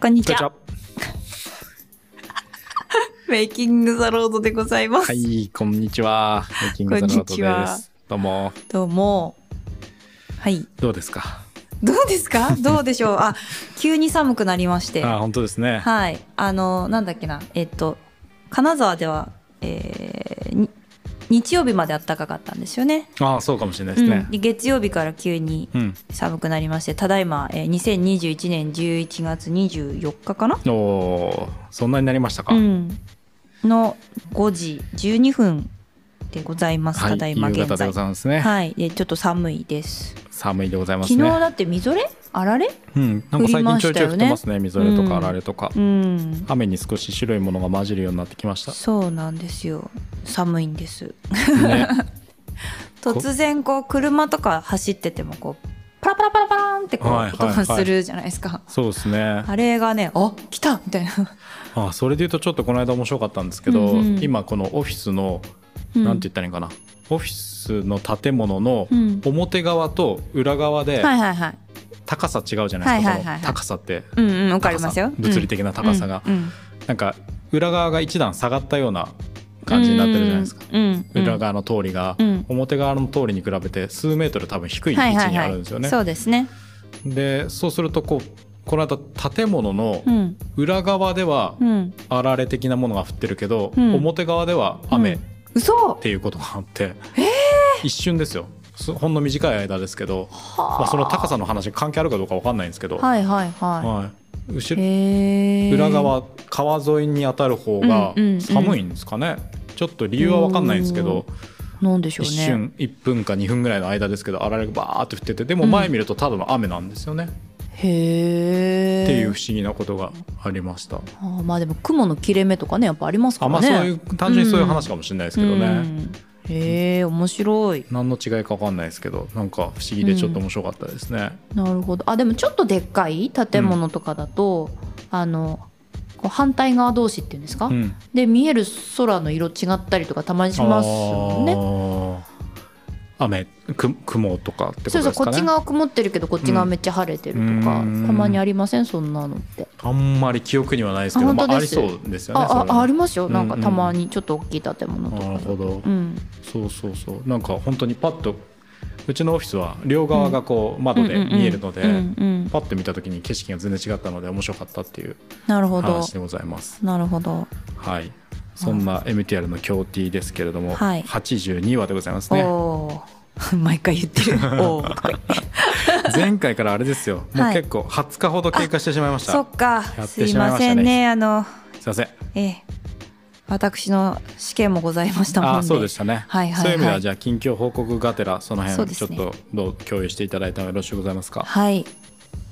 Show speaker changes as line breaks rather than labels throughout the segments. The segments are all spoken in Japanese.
こんにち
こん
は。メイキング・ザ・ロードでございます。
にちははい、こんにちは。メイキングザロード
こんにちは
です。どうも。
どうも。はい。
どうですか。
どうです かどうでしょうあ、急に寒くなりまして。
あ、本当ですね。
はい。あの、なんだっけな。えっと、金沢では、えーに日曜日まで暖かかったんですよね。
あ、そうかもしれないですね
うん。で月曜日から急に
うん。
寒くなりまして、ただいま、えー2021年11月24日かな
おおー、そんなになりましたか。
うん、の5時12分でございます、
は
ただ
い、
い
夕
ま現
方で
在
ございますね。
はいでちょっと寒いです
寒いでございま
昨
す
日
ね。
だってみぞれあられ
うん、なんか最近ちょいちょい降
降りましたよね
ってますね。みぞれと
うん
かあられとか
う。ん
雨に少し白いものが混じるようになってきま した。
そうなんですよ寒いんです
ね、
突然こう車とか走っててもこうパラパラパラパランってこう
はいはい
音
はい
がするじゃないですか、
そうですね。
あれがねあ来たみたいな、
あ、それで言うとちょっとこの間面白かったんですけど、
うんうん
今このオフィスの
うん、
なんて言ったらいいんかな。オフィスの建物の
うん
表側と裏側で
はいはいはい
高さ違うじゃないですか。
はいはい
そ
はいはい
の高さって
うんうんわかりますよ
高さ物理
的
的な高さが、
うんうん
なんか裏側が一段下がったような感じになってるじゃないですか。
うんうんうん
裏側の通りが、
うん
表側の通りに比べて数メートル多分低い位
はい
置
はい
に
は
あ
い
るんですよね。
そうですね
でそうするとこうこの間建物の
うん
裏側では
うん
あられ的なものが降ってるけど、
うん
表側では雨
う
っ
ん嘘
ていうことがあって、一瞬ですよすほんの短い間ですけど、まあ、その高さの話に関係あるかどうかわかんないんですけど、
はいはいは
はい、後
い。
ろ
へー
裏。側川沿いに当たる方が
うんうんうん
寒いんですかね、ちょっと理由は分かんないんですけど、
なんでしょう
一
ね。
瞬1分か2分ぐらいの間ですけどあられがバーって降っててでも
うん
前見るとただの雨なんですよね、
へえ。
っていう不思議なことがありました、
あーまあでも雲の切れ目とかねやっぱありますか
あ
らね。
まあそういう単純にそういう話かもしれないですけどね、
うんへえ面白い。
何の違いか分かんないですけどなんか不思議でちょっと面白かったですね、
なるほど。あでもちょっとでっかい建物とかだと、あのこう反対側同士っていうんですか、
うん
で見える空の色違ったりとかたまにしますもんね。
ね雨く雲とかってことですか
そう
ね
そうこっち側曇ってるけどこっち側めっちゃ晴れてるとか、
うん
たまにありませんそんなのって。
あんまり記憶にはないですけど
あ
ま
本
あ、
当
あ
で
り
す
そうですよねそれ
あ
はね
あありますよなんか
うんうん
たまにちょっと大きい建物とか
なるほど
うん
そうそうそうなんか本当にパッとうちのオフィスは両側がこう窓で見えるので、
うんうんうん
パッと見た時に景色が全然違ったので面白かったっていう
なるほど
話でございます
なるほど
はいそんな MTR の強 T ですけれども、
はい
82話でございます
お
ね
おー 毎回言 ってるおーとか言って
前回からあれですよもう
はい
結構20日ほど経過してしまいました、
そっか
やっ
す
て
い
しまい
ま
ましたね
せんねあの
すいません
ええ私の試験もございましたもん
あ
で
あそうでしたね、
はいはいはい
そういう意味ではじゃあ近況報告がてらその
そう
辺
で
ちょ
すね
っとどう共有していただいたのよろしゅうございますか
はい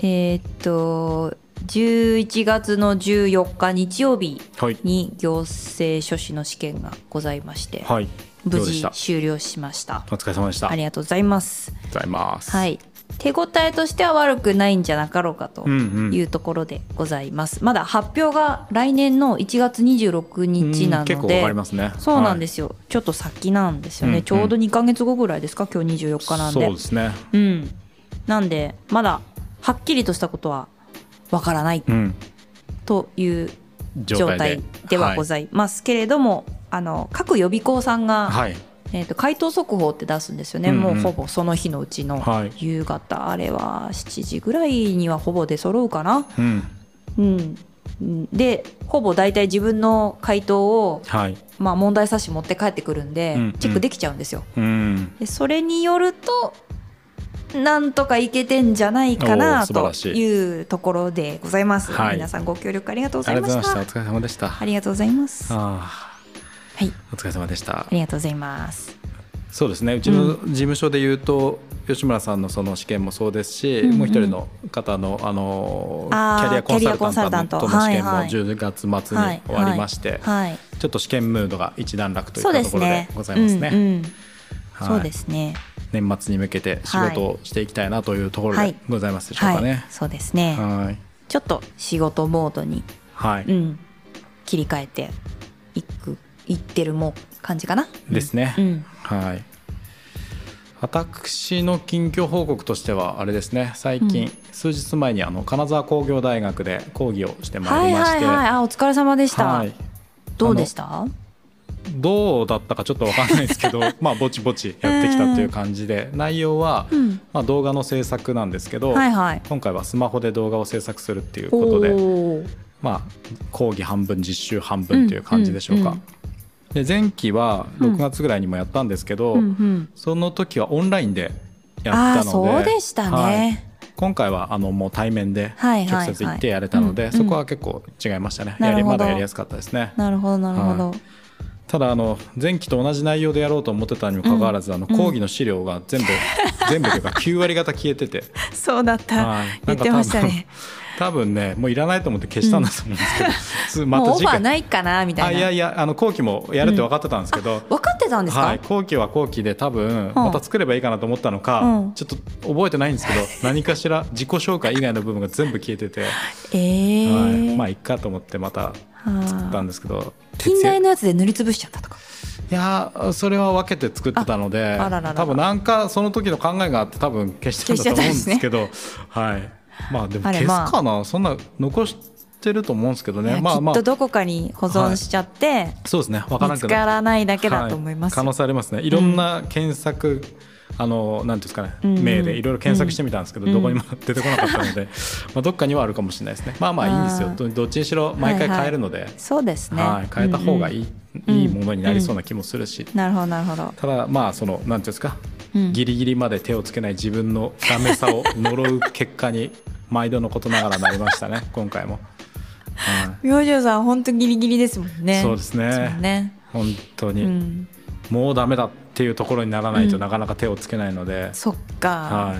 えーっと11月の14日日曜日
はい
に行政書士の試験がございまして、
はい
無
どうでし
事
た
終了しました
お疲れ様でしたあ
あ
り
りがとうございます
がとうございます
はい、手応えとしては悪くないんじゃなかろうかと
うんうん
いうところでございます、まだ発表が来年の1月26日な
う
の
ん
で
結構わかりますね、
そうなんですすよ、ちょっと先なんですよね、
うんうん
ちょうど2ヶ月後ぐらいですか今日24日
は
ないん
そ
で
うですね
うんなんでまだはっきりとしたことはわからない
うん
という状
状態
態
で
ではご
い
ざいますけれども、あの各予備校さんが、
はい、はい
えー、と回答速報って出すんですよね、
うんうん
もうほぼその日のうちの
はい
夕方あれは7時ぐらいにはほぼ出揃うかな、
うん
うん、でほぼ大体自分の回答を、
はい
まあ、問題冊子持って帰ってくるんで、
うんうん
チェックできちゃうんですよ
うん
でそれによるとなんとかいけてんじゃないかな
おー素晴
と
らしい
いうところでございます、
はい
皆さんご協力ありがとうござ
あり
い
が
ま
とう
し
ござい
た
ましたお疲れ様でした
ありがとうございますは
あ
い
ーお疲れ様でした
ありがとうございます
そうですねうちの事務所で言うと、吉村さんのその試験もそうですし、
うんうん
もう一人の方のあの
あー
キャリアコンサルタントの
キャリア
試験
コ
も
ンサルタント
10月末
は
に
い
終わりまして、
はい
ちょっと試験ムードが一段落といっ
そう
た
で
と
す
ころで
ね
ございますね
うんうん
はい
そうですね
年末に向けて仕事をしていきたいなというところ
はい
でございますでしょうか
はい
ね、
そうですね、
はい
ちょっと仕事モードに、
はい、
うん、切り替えていくいってるもう感じかな
ですね、
うん
はい私の近況報告としてはあれですね最近、
うん
数日前にあの金沢工業大学で講義をしてまい
はい
りまし
はい
て、
はいあお疲れ様でした、
はい
どうでした
どうだったかちょっとわかんないで すけどまあぼちぼちやってきたという感じで内容は、
うん
まあ、動画の制作なんですけど、
はいはい
今回はスマホで動画を制作するっていう
お
ことで、
おー
まあ、講義半分実習半分という感じでしょうか。
うんうん
で前期は
うん
6月ぐらいにもやったんですけど、
うんうん
その時はオンラインでや
あ
った
あ
ので
そうでした
はい
ね、
今回はあのもう対面で
はいはいは
直
い
接行ってやれたの
う
で、
んうん
そこは結構違いましたね、
な
や
る
り
ほど
まだやりやすかったですね
なるほどなるほど、
はただあの前期と同じ内容でやろうと思ってたにもかかわらず、あの講義の資料が 全部、全部というか9割方消えてて、
そうだった、
はい
言ってましたね
多分ねもういらないと思って消したんだと思うんですけど、す ま
も
た
うオフ
次
ァー
回
ないかなみた
あ
い
い
な
やいやあの後期もやるって分かってたんですけど、
分かってたんですか、
はい、後期は後期で多分また作ればいいかなと思ったのか、
うん
ちょっと覚えてないんで すけど何かしら自己紹介以外の部分が全部消えてて、
ええ
はい、まあいっかと思ってまた作ったんですけど
近代
い
のやつで塗りつぶしちゃったとか
やーそれは分けて作ってたので
ああらららら
多分なんかその時の考えがあって多分消したんだと思うんですけど はいまあでも
あれ
消す
まあ
かな、そんな残してると思うんですけど
い
ね
や
まあまあ
きっとどこかに保存しちゃって、
そうですね分から
見
な
つ
く
か
な
らないだけだと思います、
は可能性ありますねいろんな検索、あのなんていうんですかね、
うんうん
名でいろいろ検索してみたんですけど、
うん
どこにも出てこなかったの で、まあどっかにはあるかもしれないですねまあまあいいんですよ
あー
どどっちにしろ毎回変えるので、はい
そうですね、
変えた方がい
い、
い、
うん
いいものになりそうな気もするし、
なるほどなるほど、
ただまあそのなんていうんですか、
うん
ギリギリまで手をつけない自分のダメさを呪う結果に毎度のことながらなりまし たね今回も、はい
明星さん本当ギリギリですもんね
そうですね
そうね
本当
う
に、
ん、
もうダメだっていうところにならないと
うん
なかなか手をつけないので、
そっか、
は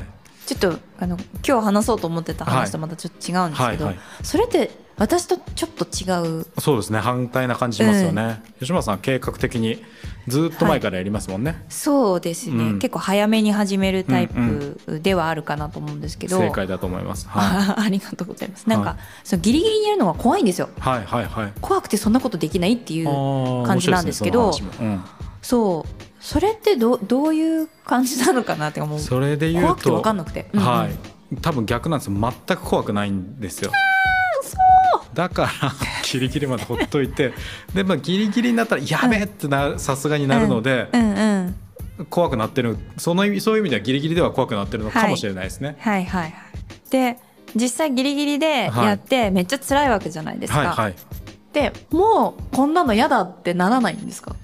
い、
ちょっとあの今日話そうと思ってた話とまたちょっと違うんですけど、
はいはい
それって私とちょっと違う
そうですね反対な感じしますよね、吉村さんは計画的にずっと前からやりますもんね、
そうですね、
うん
結構早めに始めるタイプではあるかなと思うんですけど、
正解だと思います、は
あ
い、
ありがとうございますなんか、
はい
そのギリギリにやるのが怖いんですよ
はいはいはい
怖くてそんなことできないっていう
感
感じなんですけど
うん、
そうそれってどどういう感じなのかなって思う
それで言うと
怖くて分かんなくて、うんうん
はい多分逆なんですよ全く怖くないんですよだから ギリギリまでほっといてで、まあ、ギリギリになったらやべえってなさすがになるので、
うんうん
怖くなってるその意味そういう意味ではギリギリでは怖くなってるのかもしれないですね、
はいはいはいで実際ギリギリでやって、めっちゃ辛いわけじゃないですか、
はいはい
でもうこんなの嫌だってならないんですか、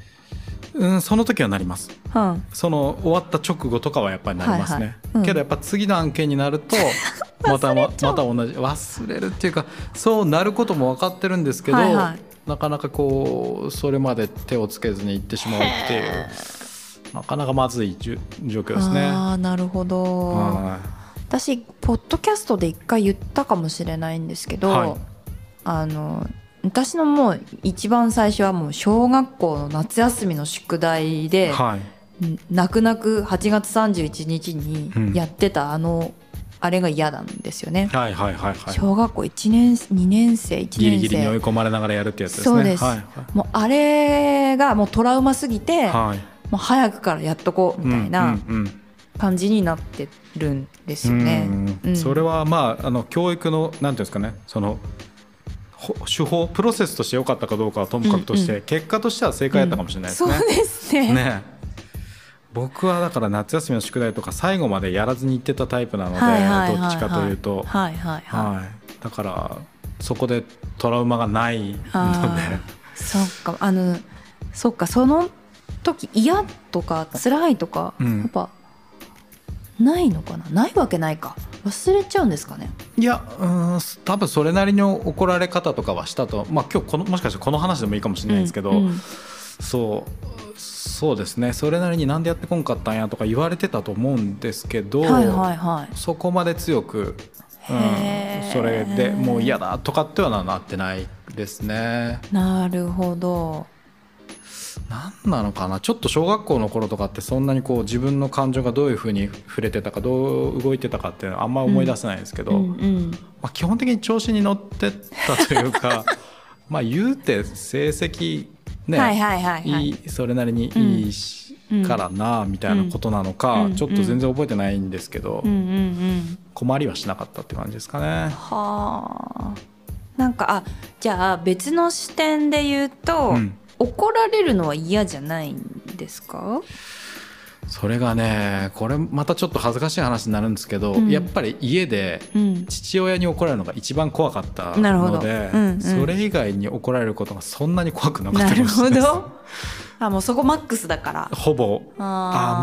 うん、その時はなります
うん、
その終わった直後とかはやっぱりなります
は
ね、
いはいうん
けどやっぱ次の案件にな るとまたままた同じ忘れるっていうかそうなることも分かってるんですけど、
はいは
なかなかこうそれまで手をつけずにいってしまうっていうなかなかまずいじゅ状況ですね。
ああなるほど、
は
私ポッドキャストで一回言ったかもしれないんですけど、
はい
あの私のもう一番最初はもう小学校の夏休みの宿題
い、
で、
はい
泣く泣く8月31日にやってたあの、あれが嫌なんですよね、
はいはいはいはい
小学校1年2年生1年生
ギリギリに追い込まれながらやるってやつです
そ
ね。
うです
はい
もうあれがもうトラウマすぎて、
はい、
もう早くからやっとこうみたいな
うんうんうん
感じになってるんですよね。
うん
うん
それはまああの教育のなんていうんですかねそのほ手法プロセスとして良かったかどうかはともかくとして、
うん
結果としては正解だったかもしれないですね。
そうですね
ね僕はだから夏休みの宿題とか最後までやらずに行ってたタイプなので、
はいはいはい
どっちかというと、
はいはいはい、
はいだからそこでトラウマがないので
あーそっかあのそっかその時嫌とか辛いとか、
うん
やっぱないのかなないわけないか忘れちゃうんですかね
いやうーん多分それなりに怒られ方とかはしたと、まあ、今日このもしかしてこの話でもいいかもしれないですけど、
うんうん
そうそうですねそれなりになんでやってこんかったんやとか言われてたと思うんですけど、
はいはいはい
そこまで強く、うん
へー
それでもう嫌だとかってはなってないですね
なるほど
何なのかなちょっと小学校の頃とかってそんなにこう自分の感情がどういうふうに触れてたかどう動いてたかっていうのはあんま思い出せないんですけど、
うんうん
まあ、基本的に調子に乗ってったとい うかまあ言うて成績ね、
はいはいはい
い
はい
いそれなりにいいし、からなみたいなことなのか、
うん
ちょっと全然覚えてないんですけど、
うんうんうん
困りはしなかったって感じですかね。
はあなんかあじゃあ別の視点で言うと、
うん
怒られるのは嫌じゃないんですか
それがねこれまたちょっと恥ずかしい話になるんですけど、
うん
やっぱり家で
うん
父親に怒られるのが一番怖かった
なるほど
ので、
うんうん
それ以外に怒られることがそんなに怖くなかっ
な
たか
る
もし
ほ
れないです
どあもうそこマックスだから
ほぼあ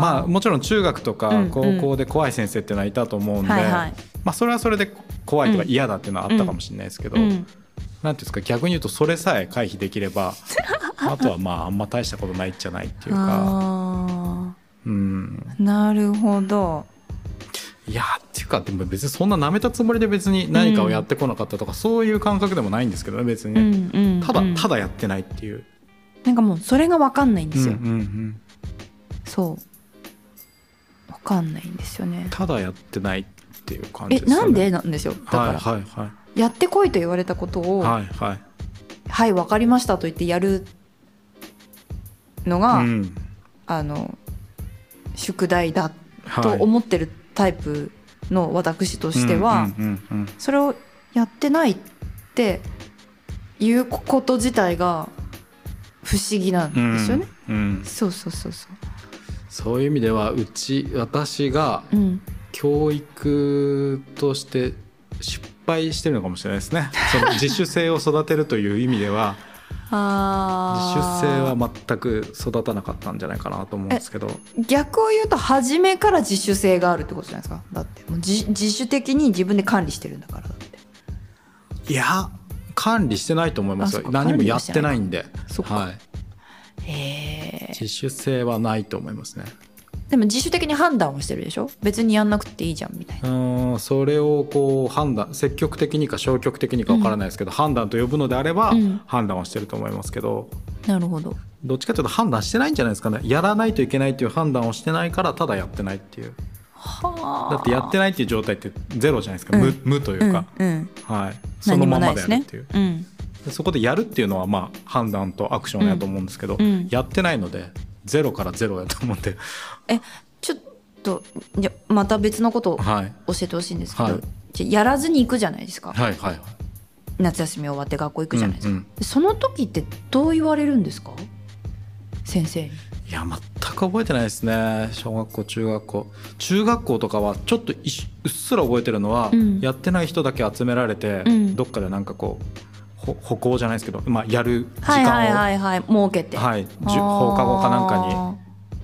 ーまあもちろん中学と
うんう
か
ん
高校で怖い先生っていうのはいたと思うんで、
はいはい
まあ、それはそれで怖いとか嫌だっていうのはあったかもしれないですけ
う
ど、なんてい
ん
うんですか逆に言うとそれさえ回避でき ればあとはまああんま大したことないじゃないっていうか、
あ
うん、
ーなるほど
いやっていうかでも別にそんな舐めたつもりで別に何かをやってこなかったとか、そういう感覚でもないんですけどね別に
う
ね、
んうん
ただ
うん
ただやってないっていう。
なんかもうそれが分かんないんで
うん
す
うんう
よ、
ん
そう分かんないんですよね
ただやってないっていう感じ
え
ですよね。
なんでなんですよだから、
はいはいは
やってこいと言われたことを
い
は
はいはい。
い、分かりましたと言ってやるのが、
うん
あの宿題だ
はい
と思ってるタイプの私としては、
うんうんうん
それをやってないっていうこと自体が不思議なん
うん
ですよね。
うん
そうそうそうそう。
そういう意味ではうち私が
うん、
教育として失敗してるのかもしれないですね その自主性を育てるという意味では自
あ
主性は全く育たなかったんじゃないかなと思うんですけど
逆を言うと初めから自主性があるってことじゃないですかだってもう自自主的に自分で管理してるんだからだって
いや管理してないと思いま
あ
すよ
そっか
何もやってないんで
そっか
はい、
へえ
自主性はないと思いますね
でも自主的に判断をしてるでしょ別にやんなくていいじゃんみたいな
うんそれをこう判断積極的にか消極的にかわからないですけど、判断と呼ぶのであれば、
うん
判断をしてると思いますけど
なるほど
どっちかというと判断してないんじゃないですかねやらないといけないっていう判断をしてないからただやってないっていう
はあ
だってやってないっていう状態ってゼロじゃないですか、
うん
無無というか、
うんうん、
はい、そ
何
の
も
ま
な
ま
いで
ですやる
ね
っていう
うん
でそこでやるっていうのはまあ判断とアクションやと思うんですけど、
うんうん
やってないのでゼロからゼロやと思うんで、
えちょっとじゃまた別のことを教
はい、
えてほしいんですけど、
はい
じゃやらずに行くじゃないですか
はいはいはい
夏休み終わって学校行くじゃないですか、
うんうん
でその時ってどう言われるんですか先生に
いや全く覚えてないですね小学校中学校中学校とかはちょっといしうっすら覚えてるのは、
うん
やってない人だけ集められて、
うん
どっかでなんかこうほ歩行じゃないですけど、まあ、やる時
はい
間を、
はいはいはい設けて、
はいじゅ放課後かなんか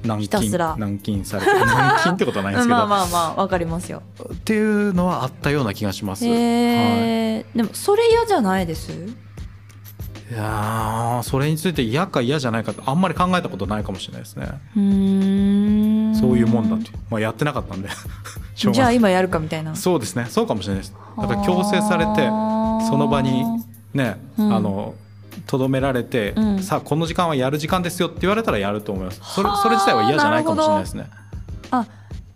に軟
ひた
禁
すら
軟禁されて軟禁ってことはないん
に
ですけ ど、
まあまあまあわかりますよ
っていうのはあったような気がします。
へえ、でもそれ嫌じゃないです
はい、いやーそれについて嫌か嫌じゃないかってあんまり考えたことないかもしれないですね。
うーん
そういうもんだって、まあ、やってなかったんでしょう
じ
がない
ゃあ今やるかみたいな
そうですねそうかもしれないですだから強制されてその場にね
うん
あのとどめられて、
うん
さあこの時間はやる時間ですよって言われたらやると思いますそれ
はあ
それ自体は嫌じゃないかもしれないですね
あ、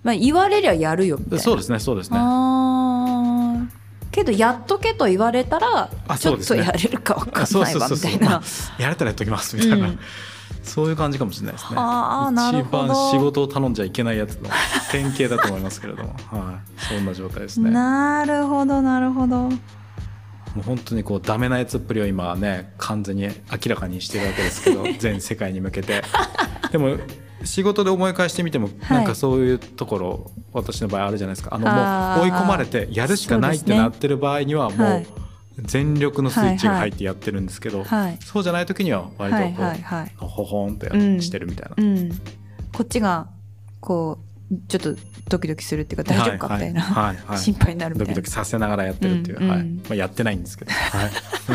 まあ、言われりゃやるよみたいな
そう
で
ですねそうですね
あーけどやっとけと言われたら
あ
ち
そ
ょ
う
っ
で
と
すね
やれるかわか
あ
ん
そう
ない
そう
わ
そ
み
うそ
た
う
いな
まあやれたらやっときますみたいな、
うん
そういう感じかもしれないですね
はあなる
一
ほど
番仕事を頼んじゃいけないやつの典型だと思いますけれども、はい、そんな状態ですねも
なるほどなるほど
う本当にこうダメなやつっぷりを今はね完全に明らかにしてるわけです けど全世界に向けてでも仕事で思い返してみても、
はい
なんかそういうところ私の場合あるじゃないですかあの
あー
もう追い込まれてやるしかないっ
そうで
て
すね
なってる場合にはも
は
う
い
全力のスイッチが入ってやってるんですけど、
はい
そうじゃない時には割と
はい
こう、
はいはい
ほほんとや
うん
してるみたいな、
うんこっちがこうちょっとドキドキするっていうか大丈夫かみたいな、
はいはいはい
心配になるみた
ドキ
い
ド
な
キさせながらやってるってい
う
う、
んうん
はいまあ、やってないんですけど、はい、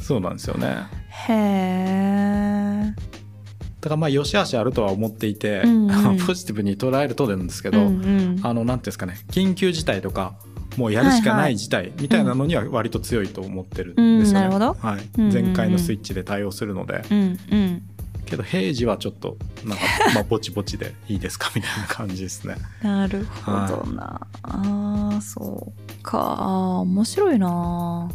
そうなんですよね
へえ
だからまあ良し悪しあるとは思っていて、
うんうん
ポジティブに捉えるとでなんですけ
う
ど、
んうん
あのなんていうんですかね緊急事態とかもうやるしか
はいは
ないい事態みたいなのには割と強いと思ってるんですよね、
うんなるほど
はい
うんうんうん
全開のスイッチで対応するので、
うんうん
けど平時はちょっとなんかまあぼちぼちでいいですかみたいな感じですね
なるほどな、ああそうかあー面白いな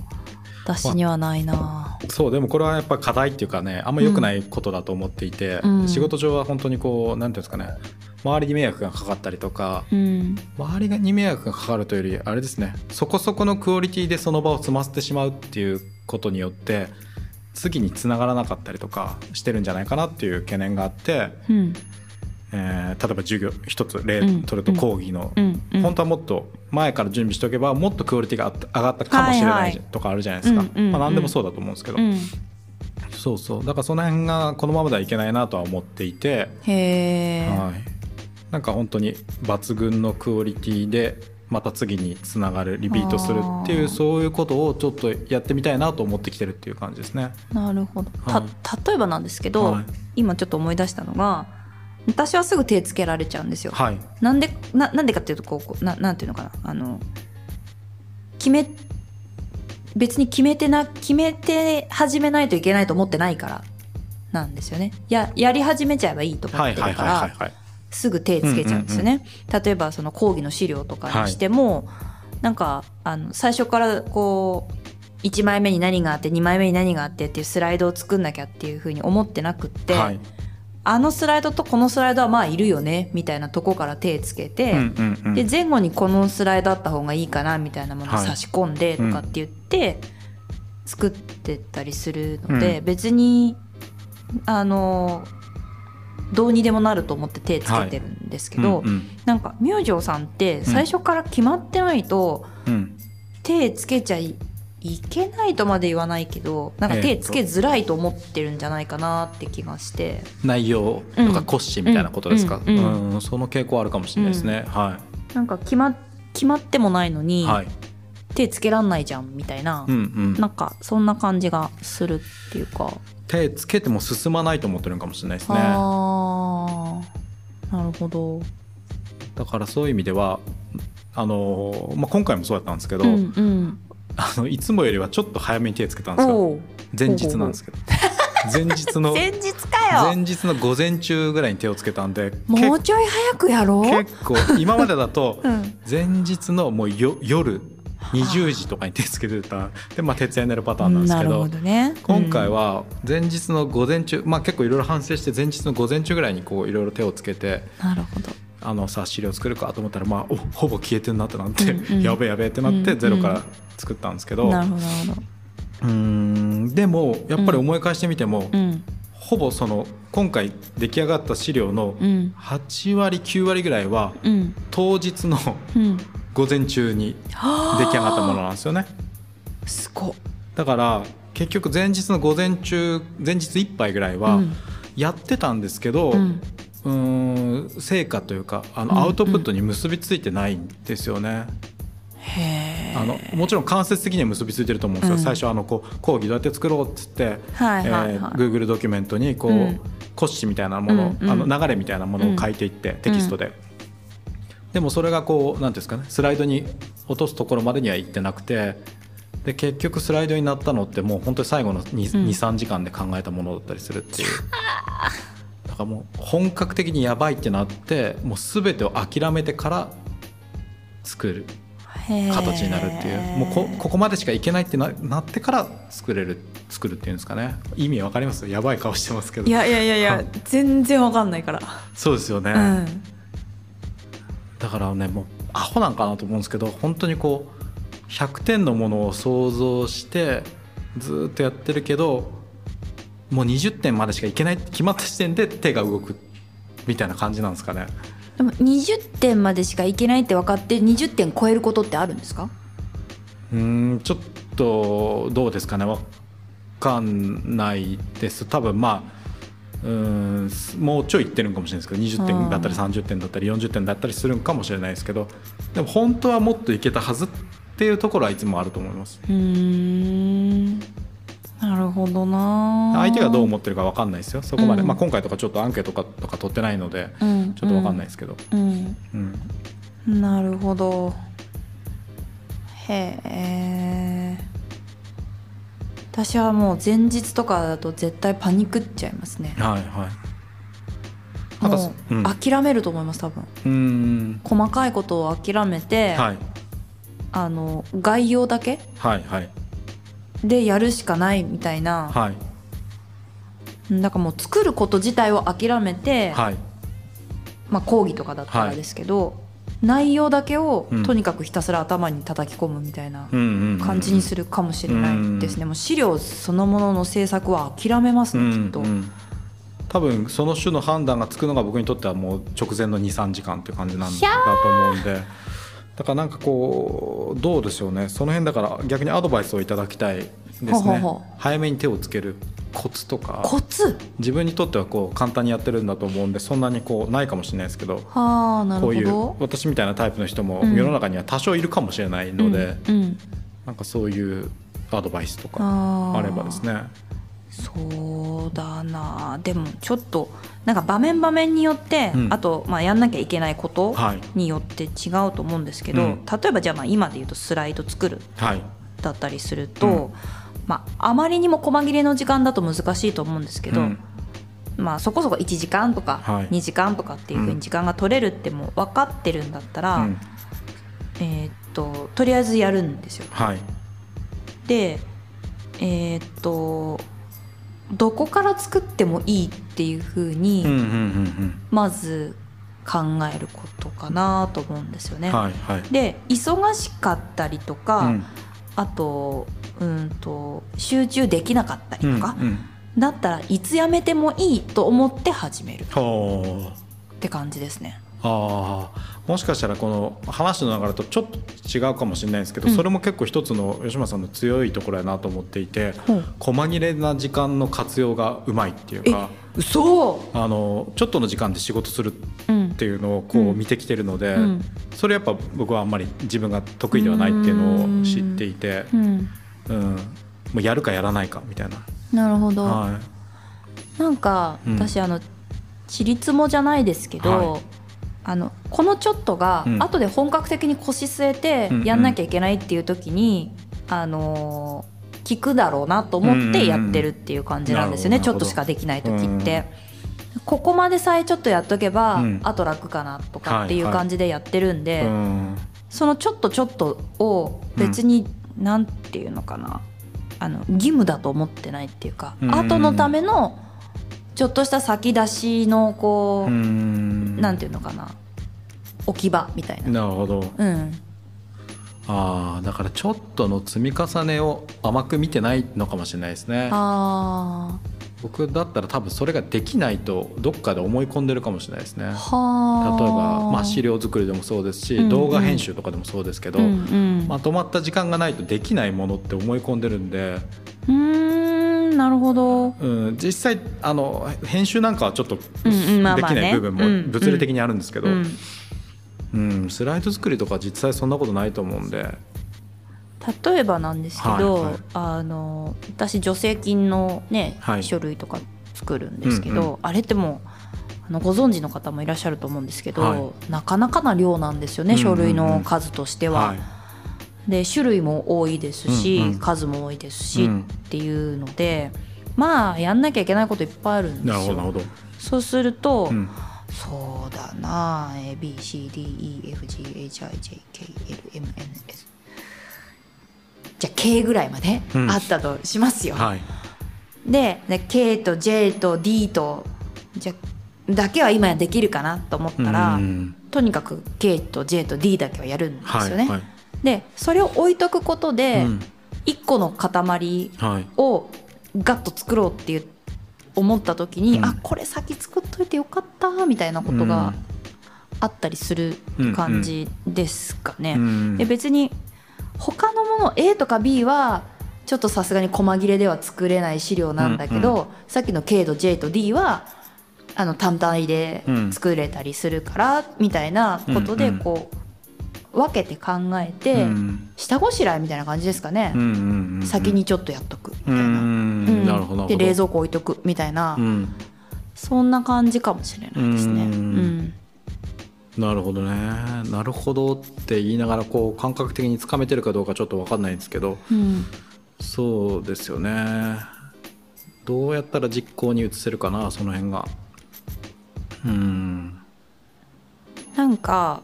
出しにはないな、
そうでもこれはやっぱ課題っていうかねあんま良くないことだと思っていて、
うん
仕事上は本当にこうなんていうんですかね周りに迷惑がかかったりとか
うん
周りに迷惑がかかるというよりあれですねそこそこのクオリティでその場を済ませてしまうっていうことによって次につながらなかったりとかしてるんじゃないかなっていう懸念があって、
うん
えー例えば授業一つ例
うん
取ると講義の、
うんうん
本当はもっと前から準備しておけばもっとクオリティがあった上がったかもしれ
は
ないい
はい
とかあるじゃないですか、
うんうん
まあ、何でもそうだと思うんですけど、
うん
そうそうだからその辺がこのままではいけないなとは思っていて、
へえ、
はい、なんか本当に抜群のクオリティでまた次につながるリピートするってい
あー
うそういうことをちょっとやってみたいなと思ってきてるっていう感じですね。
なるほど、
はい
た例えばなんですけど、
はい
今ちょっと思い出したのが私はすぐ手つけられちゃうんですよ。
はい、
なんでななんでかっていうとこうこうななんていうのかなあの決め別に決めてな決めて始めないといけないと思ってないからなんですよね。ややり始めちゃえばいいと思っ
は
て
い
るか
はいはいはい
ら
はい
すぐ手つけちゃうんですよね。例えばその講義の資料とかにしても、なんかあの最初からこう1枚目に何があって2枚目に何があってっていうスライドを作んなきゃっていうふうに思ってなくって、
はい
あのスライドとこのスライドはまあいるよねみたいなとこから手つけて。
うんうんうん
で前後にこのスライドあった方がいいかなみたいなものを
はい
差し込んでとかって言って作ってったりするので、
う
別にあのどうにでもなると思って手つけてるんですけど、
うんうん
なんか明星さんって最初から決まってないと
うん
手つけちゃいいけないとまで言わないけどなんか手つけづらいと思ってるんじゃないかなって気がして、
内容とか骨子みたいなことですか、
うんうん
うんその傾向あるかもしれないですね、は
なんか決ま決まってもないの
い
に
はい
手つけらんないじゃんみたいな。
うんうん
なんかそんな感じがするっていうか、
手つけても進まないと思ってるんかもしれないですね
ああなるほど
だからそういう意味ではあのー、まあ、今回もそうだったんですけど、
うんうん
あのいつもよりはちょっと早めに手つけたんですよ
おう
前日なん ですけど前日の
前日か
前
よ
日の午前中ぐらいに手をつけたんで
もうちょい早くやろ
け
う
結構今までだと
うん
前日のもうよ夜20時とかに手つけてたで、まあ、徹夜になるパターンなんですけ
る
ど
ほどね
今回、は前日の午前中、まあ、結構いろいろ反省して前日の午前中ぐらいにこういろいろ手をつけて
うんなるほど
あのさ資料作るかと思ったら、まあ、おほぼ消えてんなってなって、
うんうん
やべやべってなっ
うんう
て
ん
ゼロから作ったんですけど、
なるほどなるほど
うーんでもやっぱり思い返してみても、
うん
ほぼその今回出来上がった資料の
うん
8割9割ぐらいは
うん
当日の
うん
午前中に出来上がったものなんですよね。
すごっ
だから結局前日の午前中前日いっぱいぐらいは
うん
やってたんですけど、う
うん
ーん成果というかあ
うん
のアウトプットに結びついてないんですよね。
へえ
あのもちろん間接的には結びついてると思うんですよ、
うん
最初あのこう講義どうやって作ろうっつって、
はいはい
えー
はい
Google ドキュメントにこう、
うん
骨子みたいなものを、
うんうん
あの流れみたいなものを書いていって、テキストで、でもそれがこう何ていうんですかねスライドに落とすところまでにはいってなくてで結局スライドになったのってもう本当に最後の
うん
23、3時間で考えたものだったりするっていう。だからもう本格的にやばいってなってもう全てを諦めてから作る
へえ
形になるっていう、もうこここまでしかいけないってななってから作れる作るっていうんですかね意味わかりますやばい顔してますけど
いやいやいやいや
はい
全然わかんないから、
そうですよね、
うん
だからねもうアホなんかなと思うんですけど本当にこう100点のものを想像してずーっとやってるけどもう20点までしかいけないって決まった時点で手が動くみたいな感じなんですかね
でも20点までしかいけないって分かって20点超えることってあるんですか
うーんちょっとどうですかねわかんないです多分まあうーんもうちょいいってるんかもしれないですけど20点だったり
あ
30点だったり40点だったりするんかもしれないですけどでも本当はもっといけたはずっていうところはいつもあると思います
うーんなるほどな
相手がどう思ってるかわかんないですよそこまで、
うん
まあ、今回とかちょっとアンケートとかとか取ってないので
うん
ちょっとわかんないですけど、
うん、
うん
うんなるほどへえ私はもう前日とかだと絶対パニックっちゃいますね
はいはいなんかそ
も
うん
う諦めると思います多分
うーん
細かいことを諦めて、
はい
あの概要だけ
はいはい
でやるしかないみたいな、
はい
うんなんかもう作ること自体を諦めて、
はい
まあ、講義とかだったらですけど、内容だけを
うん
とにかくひたすら頭に叩き込むみたいな
うんうんうん
感じにするかもしれないですね、もう資料そのものの制作は諦めますね、きっと、
うんうん多分その種の判断がつくのが僕にとってはもう直前の23時間っていう感じなんだと思うんでだからなんかこうどうでしょうねその辺だから逆にアドバイスをいただきたいですね
ほうほうほ
早めに手をつけるコツとか
コツ
自分にとってはこう簡単にやってるんだと思うんでそんなにこうないかもしれないですけど
はあなる
こう
ほ
いう
ど
私みたいなタイプの人も
うん
世の中には多少いるかもしれないので、
うんうん
なんかそういうアドバイスとか
あー
あればですね
そうだなでもちょっとなんか場面場面によって、
うん
あと、まあ、やんなきゃいけないこと
はい
によって違うと思うんですけど、
うん
例えばじゃあまあ今で言うとスライド作る
はい
だったりすると、まあ、あまりにも細切れの時間だと難しいと思うんですけど、
うん
まあ、そこそこ1時間とか
はい
2時間とかっていうふうに時間が取れるってもう分かってるんだったら、
うん
えーっととりあえずやるんですよ。
はい
でえーっとどこから作ってもいいっていうふう
うんうん
に
うん
まず考えることかなと思うんですよ
う
ね。
んはいはい
で忙しかったりとか、
うん
あとうんと集中できなかったりとか、
うんうん
だったらいつやめてもいいと思って始めるっ
ほう
て感じですね。
あーもしかしたらこの話の流れとちょっと違うかもしれないですけど、
うん
それも結構一つの吉村さんの強いところやなと思っていて
ほう
細切れな時間の活用がうまいっていうか
嘘
あのちょっとの時間で仕事する
うん
っていうのをこ
う
うん見てきてるので、
うん
それやっぱ僕はあんまり自分が得意ではないっていうのを知っていて、
うん、
うんもうやるかやらないかみたいな。
なるほど、
は
なんか
うん
私あのちりつもじゃないですけど、
はい
あのこのちょっとが
うん
後で本格的に腰据えて
うんうん
やんなきゃいけないっていう時に、あのー聞くだろうなと思ってやってるっていう感じなんですよね、
うんうんう
ち
ん
ょっとしかできない時って。ここまでさえちょっとやっとけば、
うん
あと楽かなとかっていう感じでやってるんで、
いうん
そのちょっとちょっとを別に、なんていうのかなあの義務だと思ってないっていうか、
うん
後のためのちょっとした先出しのこ
う
う、
ん
なんていうのかな置き場みたいな。
なるほど
うん、
あーだからちょっとの積み重ねを甘く見てないのかもしれないですね
あ
僕だったら多分それができないとどっかで思い込んでるかもしれないですね
ー
例えば、
はあ
まあ、資料作りでもそうですし、
うんうん
動画編集とかでもそうですけど、
うんうん
まとまった時間がないとできないものって思い込んでるんで、
うーんなるほど
うん、実際あの編集なんかはちょっとで
うんうんまあまあ
き
ね
ない部
う
分も
ん
物理的にあるんですけど、
うん
うん、スライド作りとか実際そんなことないと思うんで。
例えばなんですけど、
はいはい
あの私助成金のね、
はい
書類とか作るんですけど、
うんう
あれってもうあのご存知の方もいらっしゃると思うんですけど、
は
なかなかな量なんですよね、
うんうんうん
書類の数としては。で種類も多いですし、
うんうん
数も多いですし、
うん
っていうのでまあやんなきゃいけないこといっぱいあるんで
なる
す
ほどなるほ
よ。
ど、
そうすると、
うん、
そうだな ABCDEFGHIJKLMNS じゃあ K ぐらいまで
うん
あったとしますよ、
はい
でで K と J と D とじゃだけは今やできるかなと思ったら、
うん
とにかく K と J と D だけはやるんですよね、
はい
でそれを置いとくこと
はい
で、
うん
一1個の塊
はい
をガッと作ろうっていう思った時に、
うん
あこれ先作っといてよかったみたいなことがあったりする感じですかね。
うん
で別に他のもの A とか B はちょっとさすがに細切れでは作れない資料なんだけど、
うん
さっきの K と J と D はあの単体で作れたりするからみたいなことで
うんうん
こう分けて考えて
うん
下ごしらえみたいな感じですかね、
うんうんうん
先にちょっとやっとくみた
う
い
ん
な。
うんなるほどなるほ
で
ど
冷蔵庫置いとくみたいな、
うん
そんな感じかもしれないですね。う
う
んん
なるほどねなるほどって言いながらこう感覚的につかめてるかどうかちょっと分かんないんですけど
うん
そうですよねどうやったら実行に移せるかなその辺がうん
なんか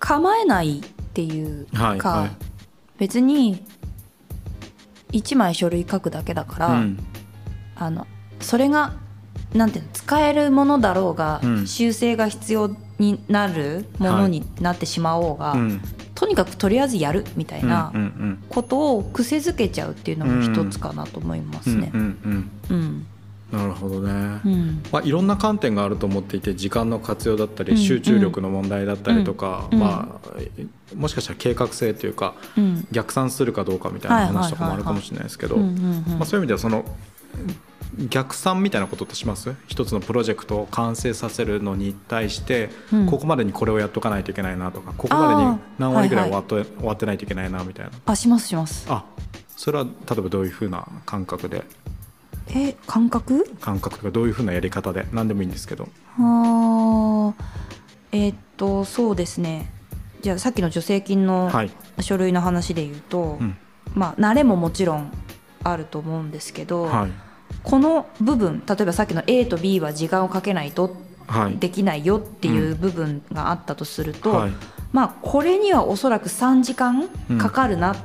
構えないっていうか、
はいはい
別に1枚書類書くだけだから、
うん
あのそれがなんていうの使えるものだろうが、
うん
修正が必要になるものになってしまおうが、
うん
とにかくとりあえずやるみたいな
うんうん
ことを癖づけちゃうっていうのも一つかなと思います
うん
ね
う。ん
うん、
うんなるほどね、
うん
まあ、いろんな観点があると思っていて時間の活用だった
うん
り集中力の問題だったりとか、
うん
まあ、もしかしたら計画性というか
うん
逆算するかどうかみたいな話とかもあるかもしれないですけど
うんう
ま
んうん
あそういう意味ではその逆算みたいなことってします一つのプロジェクトを完成させるのに対して、
うん
ここまでにこれをやっとかないといけないなとかここまでに何割ぐらい
あー
終
は
わっと終わってないといけないなみたいな
あしますします。
あそれは例えばどういうふうな感覚で
え感覚
感覚とかどういうふうなやり方で何でもいいんですけど。
あーえーっとそうですねじゃあさっきの助成金の
はい、
書類の話で言うと、
うん
まあ慣れももちろんあると思うんですけど、
はい
この部分例えばさっきの A と B は時間をかけないと
はい、
できないよっていう部分があったとすると、
はい
まあこれにはおそらく3時間
うん
かかるなっ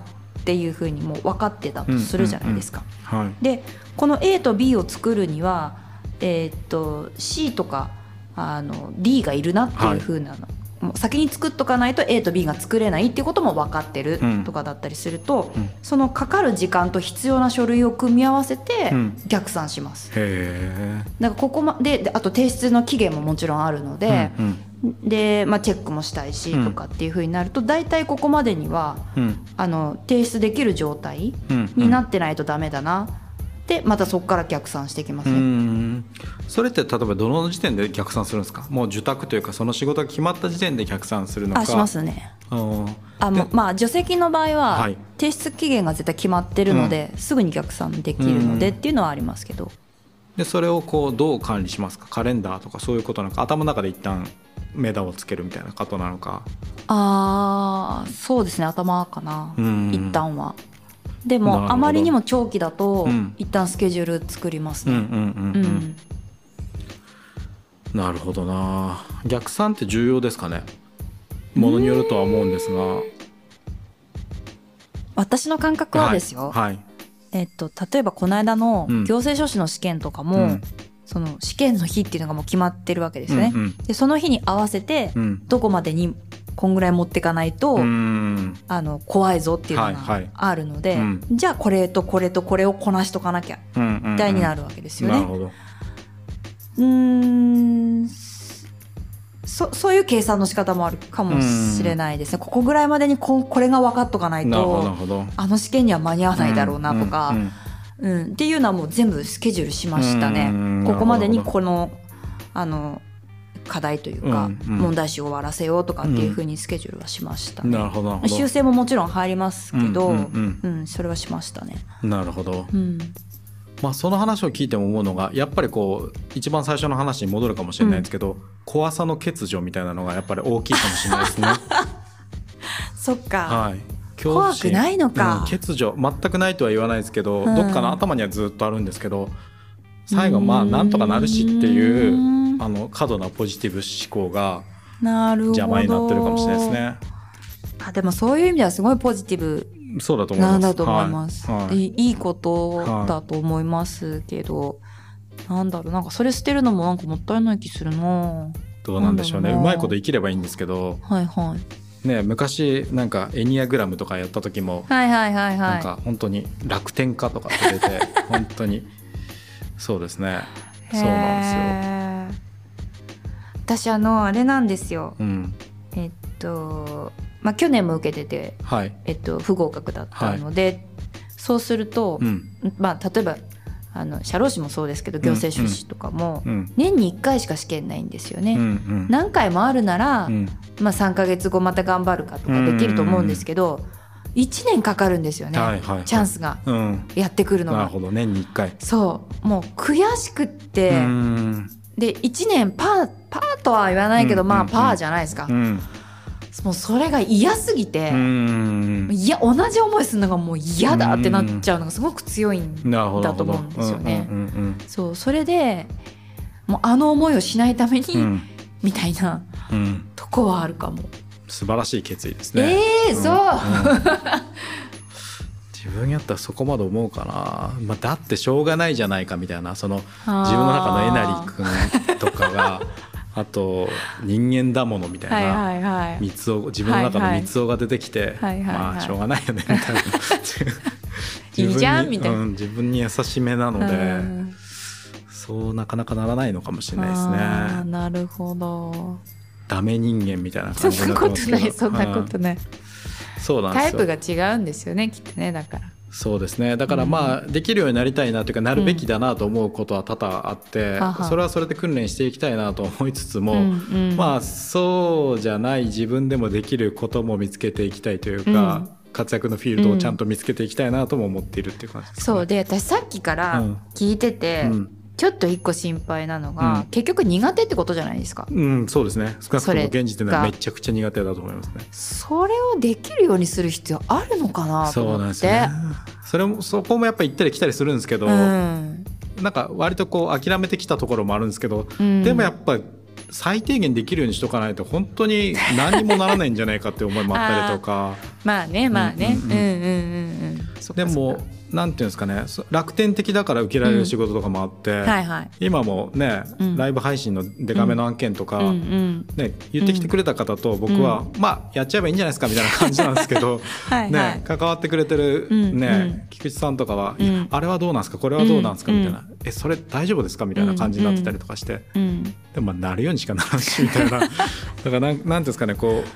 ていうふうにもう分かってたとするじゃないですか。
はい
でこの A と B を作るには、えーっと C とかあの D がいるなっていう風なの、もう先に作っとかないと A と B が作れないっていうことも分かってる
うん
とかだったりすると、
うん
そのかかる時間と必要な書類を組み合わせて
うん
逆算します。
へ
だからここまでであと提出の期限ももちろんあるので、
えうん
で、まあ、チェックもしたいし
うん
とかっていう風になると大体ここまでには
うん
あの提出できる状態
うん
にな
っ
ってないとダメだなでまたそこから逆算してきます
う
ね。
んそれって例えばどの時点で逆算するんですかもう受託というかその仕事が決まった時点で逆算するのか
あしますね。
うん
あもうまあ助成金の場合は、
はい
提出期限が絶対決まってるので、すぐに逆算できるので
うん
っていうのはありますけど、
でそれをこうどう管理しますかカレンダーとかそういうことなのか頭の中で一旦目玉をつけるみたいなことなのか
ああそうですね頭かな、
うん
一旦は。で
なるほ
も
ど
あまりにも長期だと、
うん
一旦スケジュール作ります
うんう
ね。
んうんうん、なるほどな逆算って重要ですかねものによるとは思うんですが
私の感覚はですよ、
はい、はい
えっと、例えばこの間の
うん
行政書士の試験とかも、
うん
その試験の日っていうのがもう決まってるわけですよね。
うん
でその日に合わせて、
うんうん
どこまでにこんぐらい持ってかないと、
うん
あの怖いぞっていうの
はいはい
があるので、
うん
じゃあこれとこれとこれをこなしとかなきゃ
うんうん
みたいになるわけですよね。
なるほど
うーんそそういう計算の仕方もあるかもしれないですね。ここぐらいまでにここれが分かっとかない
なるほどなる
と
ほど
あの試験には間に合わないだろうなとか、う
う
んん
うんうん
っていうのはもう全部スケジュールしました
う
ね
ん。
ここまでに
なるほ
このあの課題というか、
うんうん
問題集を終わらせようとかっていうふうにスケジュールはしましたね。
なるほどなるほど
修正ももちろん入りますけど、
う
うんん
うん
それはしましたね。
なるほど、
うん、
まあ、その話を聞いても思うのがやっぱりこう一番最初の話に戻るかもしれないですけど、怖さの欠如みたいなのがやっぱり大きいかもしれない ですね。
そっか、
はい恐怖心
怖くないのか
うん欠如全くないとは言わないですけど、
うん
どっかの頭にはずっとあるんですけど最後まあなんとかなるしっていう
うーん
あの過度なポジティブ思考が
なるほど。
邪魔になってるかもしれないですね。
あ、でもそういう意味ではすごいポジティブ
そうだと思います。
なんだと思います。
はいはい
いい、いいことだと思いますけど、なんだろうなんかそれ捨てるのもなんかもったいない気するな。
どうなんでしょうね
なだろう
うん
な
まいこと生きればいいんですけど、
はいはい
ね、昔なんかエニアグラムとかやった時も、
はいはいはいは
なん
い。
か本当に楽天家とかって出て 本当にそうですねそうなんですよ。
んですよ。私あのあれなんですよ。
うん、
えっとまあ去年も受けてて。
はい、
えっと、不合格だったので、そうすると、
うん
まあ、例えばあの社労士もそうですけど行政書士とかも、
うん
年に1回しか試験ないんですよね。
うんうん
何回もあるなら、
うん
まあ、3ヶ月後また頑張るかとかできると思うんですけど、1年かかるんですよね、
はいはいはい
チャンスが
うん、
やってくるの
なる
が。
ほど年に1回。
そうもう悔しくって、
うん
で1年パーパーとは言わないけど、
うん
ま
う
あ
ん
パーじゃないですか、
うん
もうそれが嫌すぎて。
うん
いや同じ思いするのがもう嫌だってなっちゃうのがすごく強いんで
なるほど
だと思うんですよね
うんうん
そうそれでもうあの思いをしないために、
うんうん
みたいな
うん
とこはあるかも、
素晴らしい決意ですね。
えー、そう、
うんうん自分やったらそこまで思うかな、まあ、だってしょうがないじゃないかみたいなその自分の中のえなり君と かがあと人間だものみたいな、
はいはいはい
三つ自分の中
はいは
の
い
三つ男が出てきて、
はいはいはい
まあしょうがないよねみたいな
いいじゃんみたいな
うん、自分に優しめなので、
うん
そうなかなかならないのかもしれないです
あー
ね
なるほど
ダメ人間みたいな
そ
感じ
んなことないそんなこ
う
とない
んそうなんで
タイ
す
プ
よ
が違うんですよねきっとねだから
そうですねだからまあできるようになりたいなというかなるべきだなと思うことは多々あって、
はは
それはそれで訓練していきたいなと思いつつも、
んん
まあそうじゃない自分でもできることも見つけていきたいというか、活躍のフィールドをちゃんと見つけていきたいなとも思っているっていう感じですかね
そうで私さっきから
うん
聞いてて、
うん
ちょっと一個心配なのが、
うん
結局苦手ってことじゃないですか
うん、そうですね少なくと
そ
も
れ
現時点では
が
めちゃくちゃ苦手だと思いますね
それをできるようにする必要あるのかなと
そうなん
思
で
っ
す
て
よねそれもそこもやっぱり行ったり来たりするんですけど、
うん
なんか割とこう諦めてきたところもあるんですけど、
うん
でもやっぱ最低限できるようにしとかないと本当に何にもならないんじゃないかって思いもあったりとか
まあねまあね
う
うんん
う
うんんうんうんそっ
で
かそっか
もなんていうんですかねそ楽天的だから受けられる仕事とかもあって、
はいはい
今もね、
うん
ライブ配信のデカめの案件とか、
うんうん
ね、言ってきてくれた方と僕は、まあやっちゃえばいいんじゃないですかみたいな感じなんですけど、
はいはい、
ね、関わってくれてる、
うん
ね
うん
菊池さんとかは、
うん
いやあれはどうなんですかこれはどうなんですか、
うん
みたいな「えそれ大丈夫ですか?」みたいな感じになってたりとかして、
うん
でもまあなるようにしかならんしみた いなだからなんなんていうんですかねこう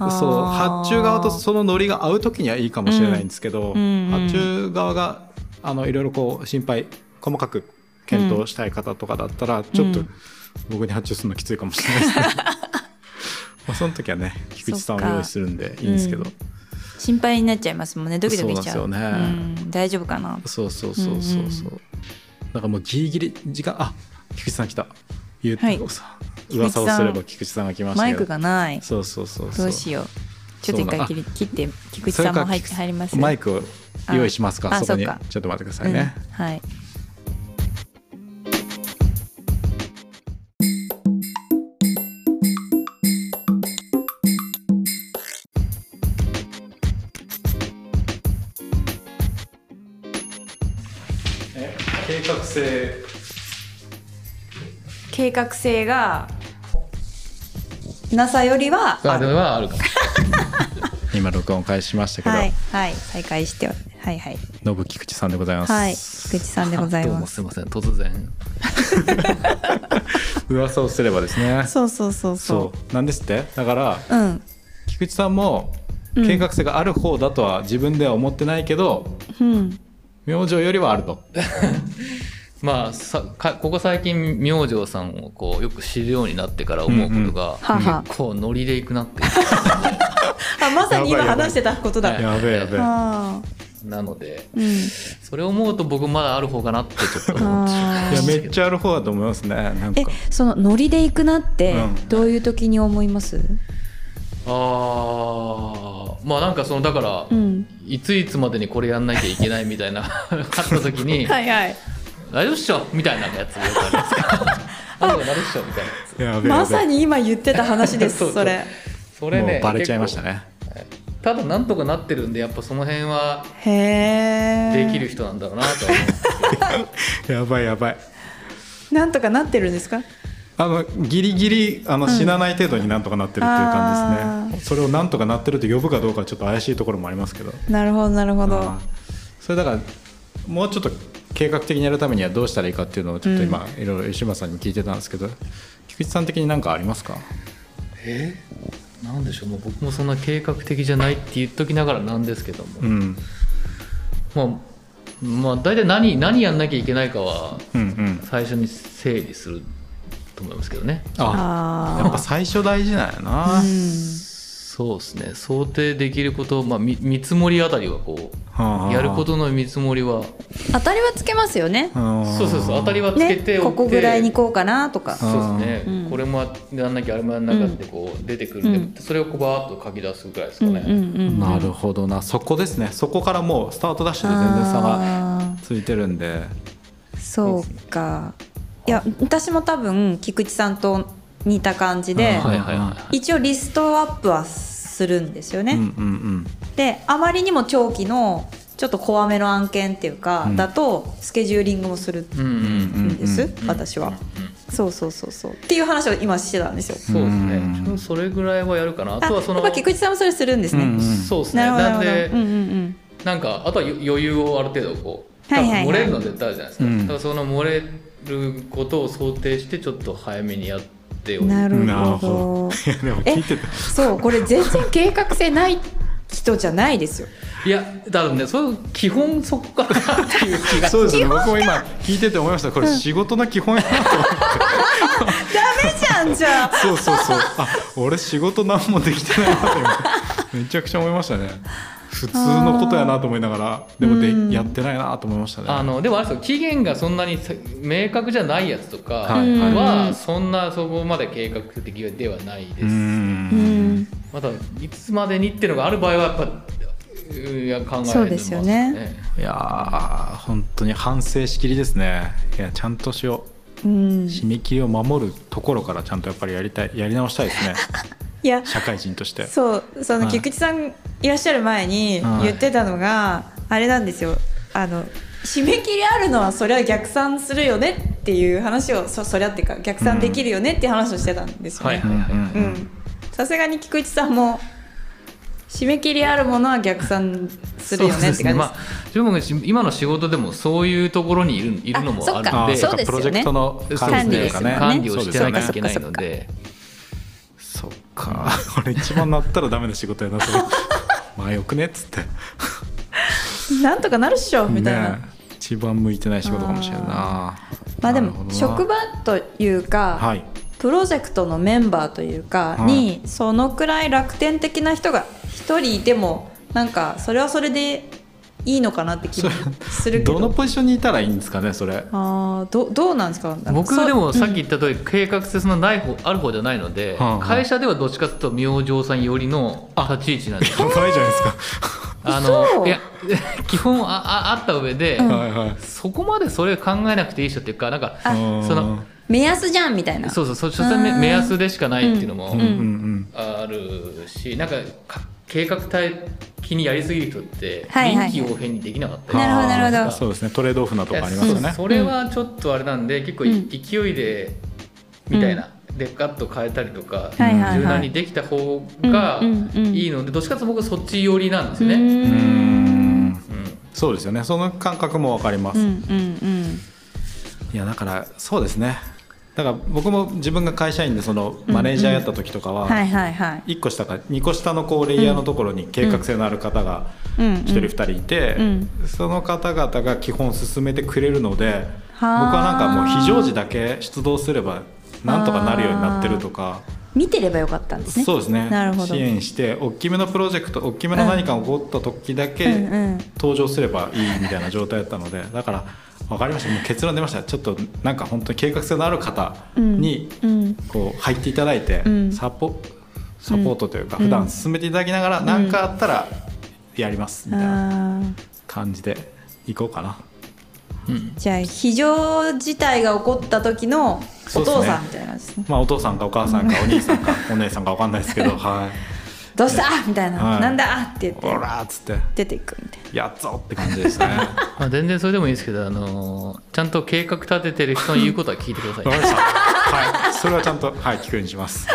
そう
あー
発注側とそのノリが合う時にはいいかもしれないんですけど、
うんうんうん
発注側があのいろいろこう心配細かく検討したい方とかだったらちょっと
うん
僕に発注するのきついかもしれない ですね。まあその時はね菊池さんを
そっか
用意するんでいいんですけど、
うん心配になっちゃいますもんねドキドキしちゃう
そうなんですよね
うん、大丈夫かな
そうそうそうそうそう、
うん
なんかもうギリギリ時間あ菊池さん来た言う
はい
さ噂をすれば菊池さんが来ました
マ
け
イ
ど
クがない
そうそうそうそう
どうしようちょっと一回切り切って菊池
それ
さ
か
んも入って入ります
マイクを用意しますか
あ
そこにちょ
そっ
っ
か
と待ってくださいね、
うん、はい
計画性
計画性がなさよりは
あれはあるかも今録音開始しましたけど、
はいはい再開してはいはい
ノブ菊池さんでございます、
はい菊池さんでござい
どう
ま
も
す
すいません 突然
噂をすればですね
そうそうそう
そ
そう
なんですってだから
ううん
菊池さんも
うん
計画性がある方だとは自分では思ってないけど、
うん
明星よりはあると
まあさかここ最近明星さんをこうよく知るようになってから思うことが、
うんうんはは
結構ノリでいくなっていう
あまさに今
やばいやばい
話してたことだ
は
あ
い
やべえやべえ
あ
なので
ーうん
それを思うと僕まだある方かなってちょっと思ってしまい
い
ま
や
した
め
け
っ
ど
ちゃある方だと思いますねなんか
えそのノリで行くなって
うん
どういう時に思います、
あーまあなんかそのだから、
うん
いついつまでにこれやんなきゃいけないみたいなあった時に
はいはい
「大丈夫っしょ」みたいなやつよくあるんです か「あ大丈夫っしょ」みたいなやつ
やべえやべえ
まさに今言ってた話です
そう
そ
そう
れ
それね
もうバレちゃいましたね
結構ただなんとかなってるんでやっぱその辺は
へえ
できる人なんだろうなとは思う
やばいやばい
なんとかなってるんですか
あのギリギリあの死なない程度になんとかなってるっていう感じですね、それをなんとかなってると呼ぶかどうかはちょっと怪しいところもありますけど
なるほどなるほど
あーそれだからもうちょっと計画的にやるためにはどうしたらいいかっていうのをちょっと今、いろいろ吉村さんにも聞いてたんですけど菊池さん的に何かありますか
えなんでしょうもう僕もそんな計画的じゃないって言っときながらなんですけども、
うん
まあ、まあ大体何何やんなきゃいけないかは
うんうん
最初に整理すると思いますけどね
あやっ
あ
ぱ最初大事なんやな、
あうん
そうですね想定できること、まあ、み見積もりあたりはこ
はあ
うやることの見積もりは
当たりはつけますよね。
そうそうそう当たり
は
はつけ
ね、
ておいて、
ここぐらいにこうかなとか。
そうですね、
うん
これもやんなきゃあれもやんなきゃってこう出てくるんで、
うん
それをこうバーッと書き出すぐらいですか
う
ね、
んうんうん。
なるほどなそこですねそこからもうスタートダッシュで全然差が
あ
ついてるんで
ーそうか。いや、私も多分菊池さんと似た感じで、
あー
はいはいはい
一応リストアップはするんですよね。
うんうん
で、あまりにも長期のちょっと怖めの案件っていうか、
うん
だとスケジューリングもする
うんうん
んです、
うん
うん
私は、
うんうん
そうそうそうそうっていう話を今してたんですよ
そうです
うん
ねちょそれぐらいはやるかなあ
あ
とはその
やっぱ菊池さんもそれするんですね、
うん
そうですね
なるほどなる
なんで
ほどうんうん
なんかあとは余余裕をある程度こう多
はい
分
はいはい
漏れるのは絶対あるじゃないです
う
か、
ん
だからその漏れることを想定してちょっと早めにやってお
う
い
ん
て
なる
なる
ほ
ほ
ど
いやでも聞いてて
そうこれ全然計画性ない人じゃないですよ
いやだからねそう基本そこからなっていう気が
そうですね僕も今聞いてて思いましたこれ仕事の基本やなと思って
ダメじゃんじゃあ
そうそうそうあ俺仕事何もできてないなって今めちゃくちゃ思いましたね普通のことやなと思いながらでもで、
うん
やってないなと思いましたね
あのでもあれですよ期限がそんなにさ明確じゃないやつとか
はい
はい
は、そんなそこまで計画的ではないで
う
す、
うんん
またいつまでにっていうのがある場合はやっぱうんいや考えます
そうですよね
いやー本当に反省しきりですねいやちゃんとしよ
うん
う締め切りを守るところからちゃんとやっぱりやりたいやり直したいですね
いや
社会人として
そうそ
は
の
い
菊池さんいらっしゃる前に
はい
言ってたのがあれなんですよあの締め切りあるのはそりゃ逆算するよねっていう話をそそりゃっていうか逆算できるよねっていう話をしてたんですよ
はい
ね
う
は
ん
い
うん
はい、
う
うんんさすがに菊池さんも締め切りあるものは逆算するよねって感じです
まあ、自分も今の仕事でもそういうところにいるいるのもある
あ
ので
そっ
っ
か
プロジェクトの管理というかね
管
管
理
理
を
そう
し
で
て
す
な
ね
きゃいけないので
そっか 俺一番なったらダメな仕事やなそれ まあよくねっつって
なんとかなるっしょみたいな、
ねえ一番向いてない仕事かもしれないな
まあで
なるほ
も
どな
職場というか、
はい
プロジェクトのメンバーというかに、そのくらい楽天的な人が一人いてもなんかそれはそれでいいのかなって気もするけど
どのポジションにいたらいいんですかねそれ
あーどどうなんですかなんか
僕
そう
でもさっ
う
き
ん
言った通り計画性のない方ある方じゃないので、
はあ
会社ではどっちかというと明星さん寄りの立ち位置なんです
や ばいじゃないですか
あ
そ
の
う
いや 基本あああった上で、
うん
はいはい
そこまでそれ考えなくていい人っていうかなんか
あ
その
目安じゃんみたいな
そうそうそう所詮め
うん
目安でしかないっていうのも
うんうんうん
あるし、なんかか計画的にやりすぎる人って
はいはいはい
臨機応変にできなかったり
なるほどなるほど
あーそうですねトレードオフなとこありますよ
いや
ね
そそれはちょっとあれなんで結構い
うん
勢いでみたいな、でガッと変えたりとか、
はいはいはい
柔軟にできた方が
うんうんうん
いいのでどっちかというと僕そっち寄りなんですよ
う
ね。
う
ー
ー
ん
んそうですよねその感覚もわかります、
うんう
い
んうん
やだからそうですねだから僕も自分が会社員でそのマネージャーやった時とかは、
はいはいはい
1個下か2個下のこうレイヤーのところに計画性のある方が
うん
1人2人いて、
うん
その方々が基本進めてくれるので、僕
はー
はなんかもう非常時だけ出動すればなんとかなるようになってるとか、
見てればよかったんですね
そうですね
なるほど
支援して大きめのプロジェクト大きめの何か起こった時だ
うんう
け
ん
登場すればいいみたいな状態だったのでだから分かりましたもう結論出ましたちょっとなんか本当に計画性のある方に
うん
こう入っていただいて、
うん
サポサポートというか、
うん
普段進めていただきながら何、かあったらやりますみたいな
あー
感じで行こうかな、
うん
じゃあ非常事態が起こった時のお父さんみたいな感じですね
まあ、お父さんかお母さんかお兄さんかお姉さんか分かんないです けど「はい、
どうしたみたいな、
はい
なんだって言
お
って
ら!」っつって
出ていくみたい
「やっぞ!」って感じですね。
まあ、全然それでもいいですけど、あのーちゃんと計画立ててる人の言うことは聞いてください
わかり
ね、
ましたはい、それはちゃんと、はい、聞くようにします。
な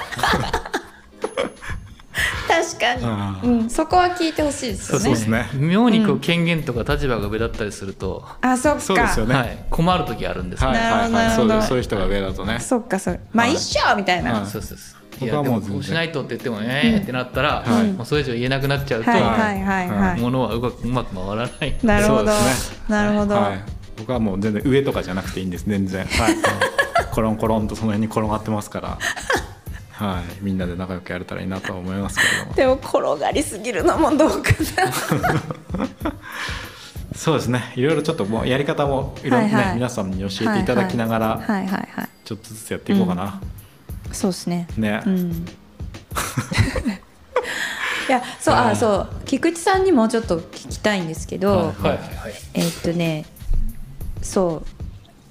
確かに、うん、 そこは聞いてほしいですよね
そうですね
妙にこう権限とか立場が上だったりすると、
あそっか
そうですよね。
はい、困る時あるんですけど、
はい、はい、は、
ないる
そ
ほどな
う
るほど
です。そういう人が上だとね。
そっかそっかまあ
はい
一緒みたいな、
はい
そうそうそうい
僕
や
は
で
も
も
う全然
こうしないとって言ってもえーってなったら、
はい
もうそれ以上言えなくなっちゃうと、
はいはいはいはい、
い
物はうまくうまく回らない
なるほど、
そうです
なるほど、
はい、僕はもう全然上とかじゃなくていいんです全然、はい、コロンコロンとその辺に転がってますから、はい、みんなで仲良くやれたらいいなとは思いますけれども
でも転がりすぎるのもどうかな
そうですねいろいろちょっともうやり方もいろいろね、
はいはい
皆さんに教えていただきながら、
はいはいはい
ちょっとずつやっていこうかな、
そうですね
ね、
うんいやそうあ
はい
そう菊池さんにもちょっと聞きたいんですけど、
はいはいはい
えーっとねそう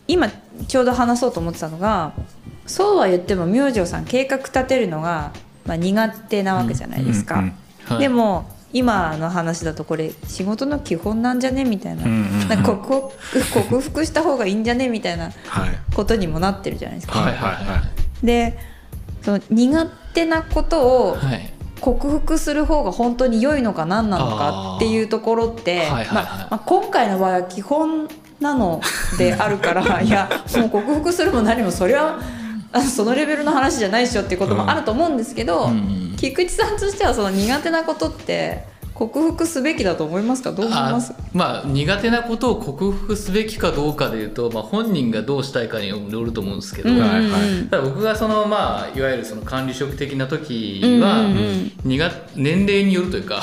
今ちょうど話そうと思ってたのがそうは言っても明星さん計画立てるのが、まあ、苦手なわけじゃないですか、
うんうん
はい
でも今の話だとこれ仕事の基本なんじゃねみたいな,、
うんうんうん
なんか克服克服した方がいいんじゃねみたいな
はい
ことにもなってるじゃないですか。
はいはいはい
でその苦手なことを
はい
克服する方が本当に良いのか何なのかっていうところって
あーはいは
ま
いはい
あまあ今回の場合は基本なのであるから いやもう克服するも何もそれはあのそのレベルの話じゃないっしょっていうこともあると思うんですけど、
うんうん
菊池さんとしてはその苦手なことって克服すべきだと思いますかどう思います
あまあ苦手なことを克服すべきかどうかでいうと、まあ、本人がどうしたいかによると思うんですけど、
うんうんうん
はいはい
ただ僕がそのまあいわゆるその管理職的な時
うんうんう
は
ん
苦年齢によるというか
は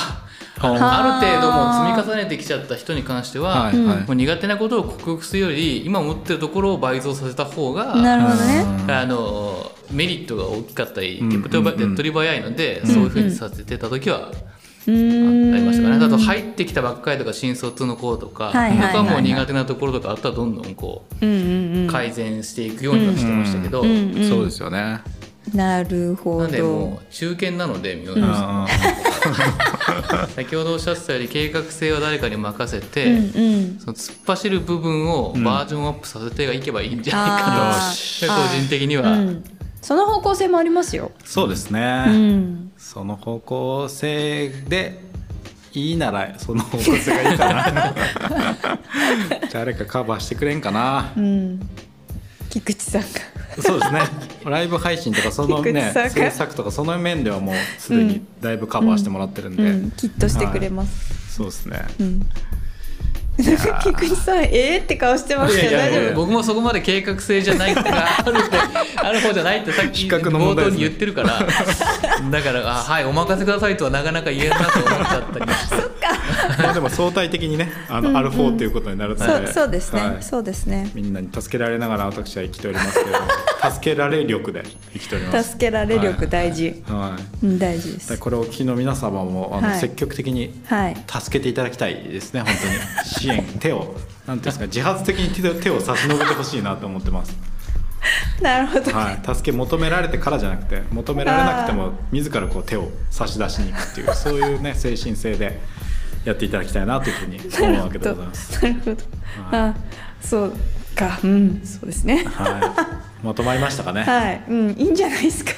あ
あ
る程度もう積み重ねてきちゃった人に関しては、
はいはい
もう苦手なことを克服するより今持ってるところを倍増させた方が
なるほどね。
あのメリットが大きかったり、
うん
手っ取りば
うんうん
手っ取り早いので、そういうふうにさせてた時は
うーん
ありましたかね。あと入ってきたばっかりとか新卒の子とか、
はいはいはいはい
僕はもう苦手なところとかあったらどんどんこ
うんうんう
うん改善していくようにはしてましたけど、
うんうん
そうですよね
なるほ
なんで
ど
も。う中堅なので三好
うん
さん、先ほどおっしゃってたより計画性は誰かに任せ
う
て、
んうん
その突っ走る部分をバージョンアップさせていけばいいんじゃない
あ
か
ー
と、個人的には、
うん、その方向性もありますよ。
そうです
う
ね
ん、
その方向性でいいならその方向性がいい かな誰かカバーしてくれんかな
うん、菊池さんが。
そうですねライブ配信とかその
菊池
ね
さんが
制作とかその面ではもうすでにだいぶカバーしてもらってるんで、
うん、きっとしてくれます。
そうですね
うん。なんか菊池さん、えーって顔してますけど、
いや
大
い
丈
やい
夫
や。
僕もそこまで計画性じゃないと かあるってある方じゃないってさっき
比較の
冒
問題で
頭
す
に
ね
言ってるからだからあはいお任せくださいとはなかなか言えんなと思っちゃったりもして
まあでも相対的にねあの、アルフォーということになるので
そう、そうですね、
はい
そうですね。
みんなに助けられながら私は生きておりますけれども助けられ力で生きております。
助けられ力大事、
はい
うん、大事で。
ですこれをお聞きの皆様もあの、
はい
積極的に
はい。
助けていただきたいですね本当に 支援手をなんていうんですか自発的に手を手を差し伸べてほしいなと思ってます、
なるほど、ね
はい、助け求められてからじゃなくて求められなくても自らこう手を差し出しに行くっていうそういうね精神性でやっていただきたいなというふうに思うわけでございます。
なるほど。あ、そうか、うん、そうですね。
はい、まとまりましたかね、
はい、うん、いいんじゃない ですか。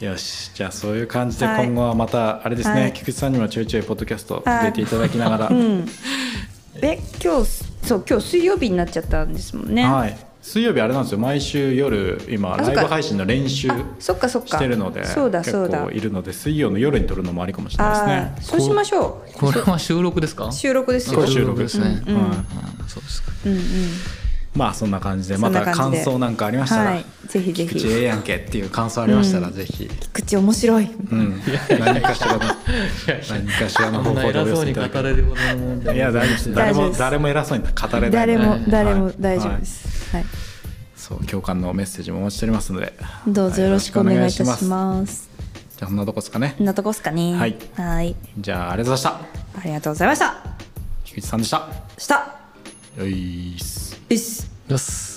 よしじゃあそういう感じで
はい
今後はまたあれですね、
はい
菊池さんにもちょいちょいポッドキャスト出ていただきながら、
うん。え、今日、そう、今日水曜日になっちゃったんですもんね。
はい、水曜日あれなんですよ毎週夜今
あそ
ラ
っ
イ
か
ブ配信の練習
あそっかそっか
してるので
そうだそうだ
結構いるので水曜の夜に撮るのもありかもしれない
ああ
で
ー、
すね
そうしま
し
しょう。
これは収録ですか
収録ですよ。
こう収録ですね、
うんうん
はい
うんそうですか
うんうん。
まあそんな感じで
そ
ま
んな
た
感じ
感
で
想なんかありましたら、
はいぜひぜひ
菊池ええやんけっていう感想ありましたら、
うん
ぜひ、
口面白い。
うん、何かしらの何かしら
あ
の
ん
方
な
法でお
偉
寄
そう
せ
に
いた
語
だけ
れ
れば
るほどの問題
いや誰も誰
大丈夫
も
です
誰も偉そうに語れない
誰も
はい
誰も
はい
大丈夫です。はい。
そう共感のメッセージもお待ちしておりますので
どうぞよろしくお願いいたし
はよろくお願いしま
ます。
すじゃあそんなとこですかね
こんなとこっすかね。
はい
はい。
じゃあありがとうございました
ありがとうございました。
菊池さんでした
した。
よいっす
です。
よし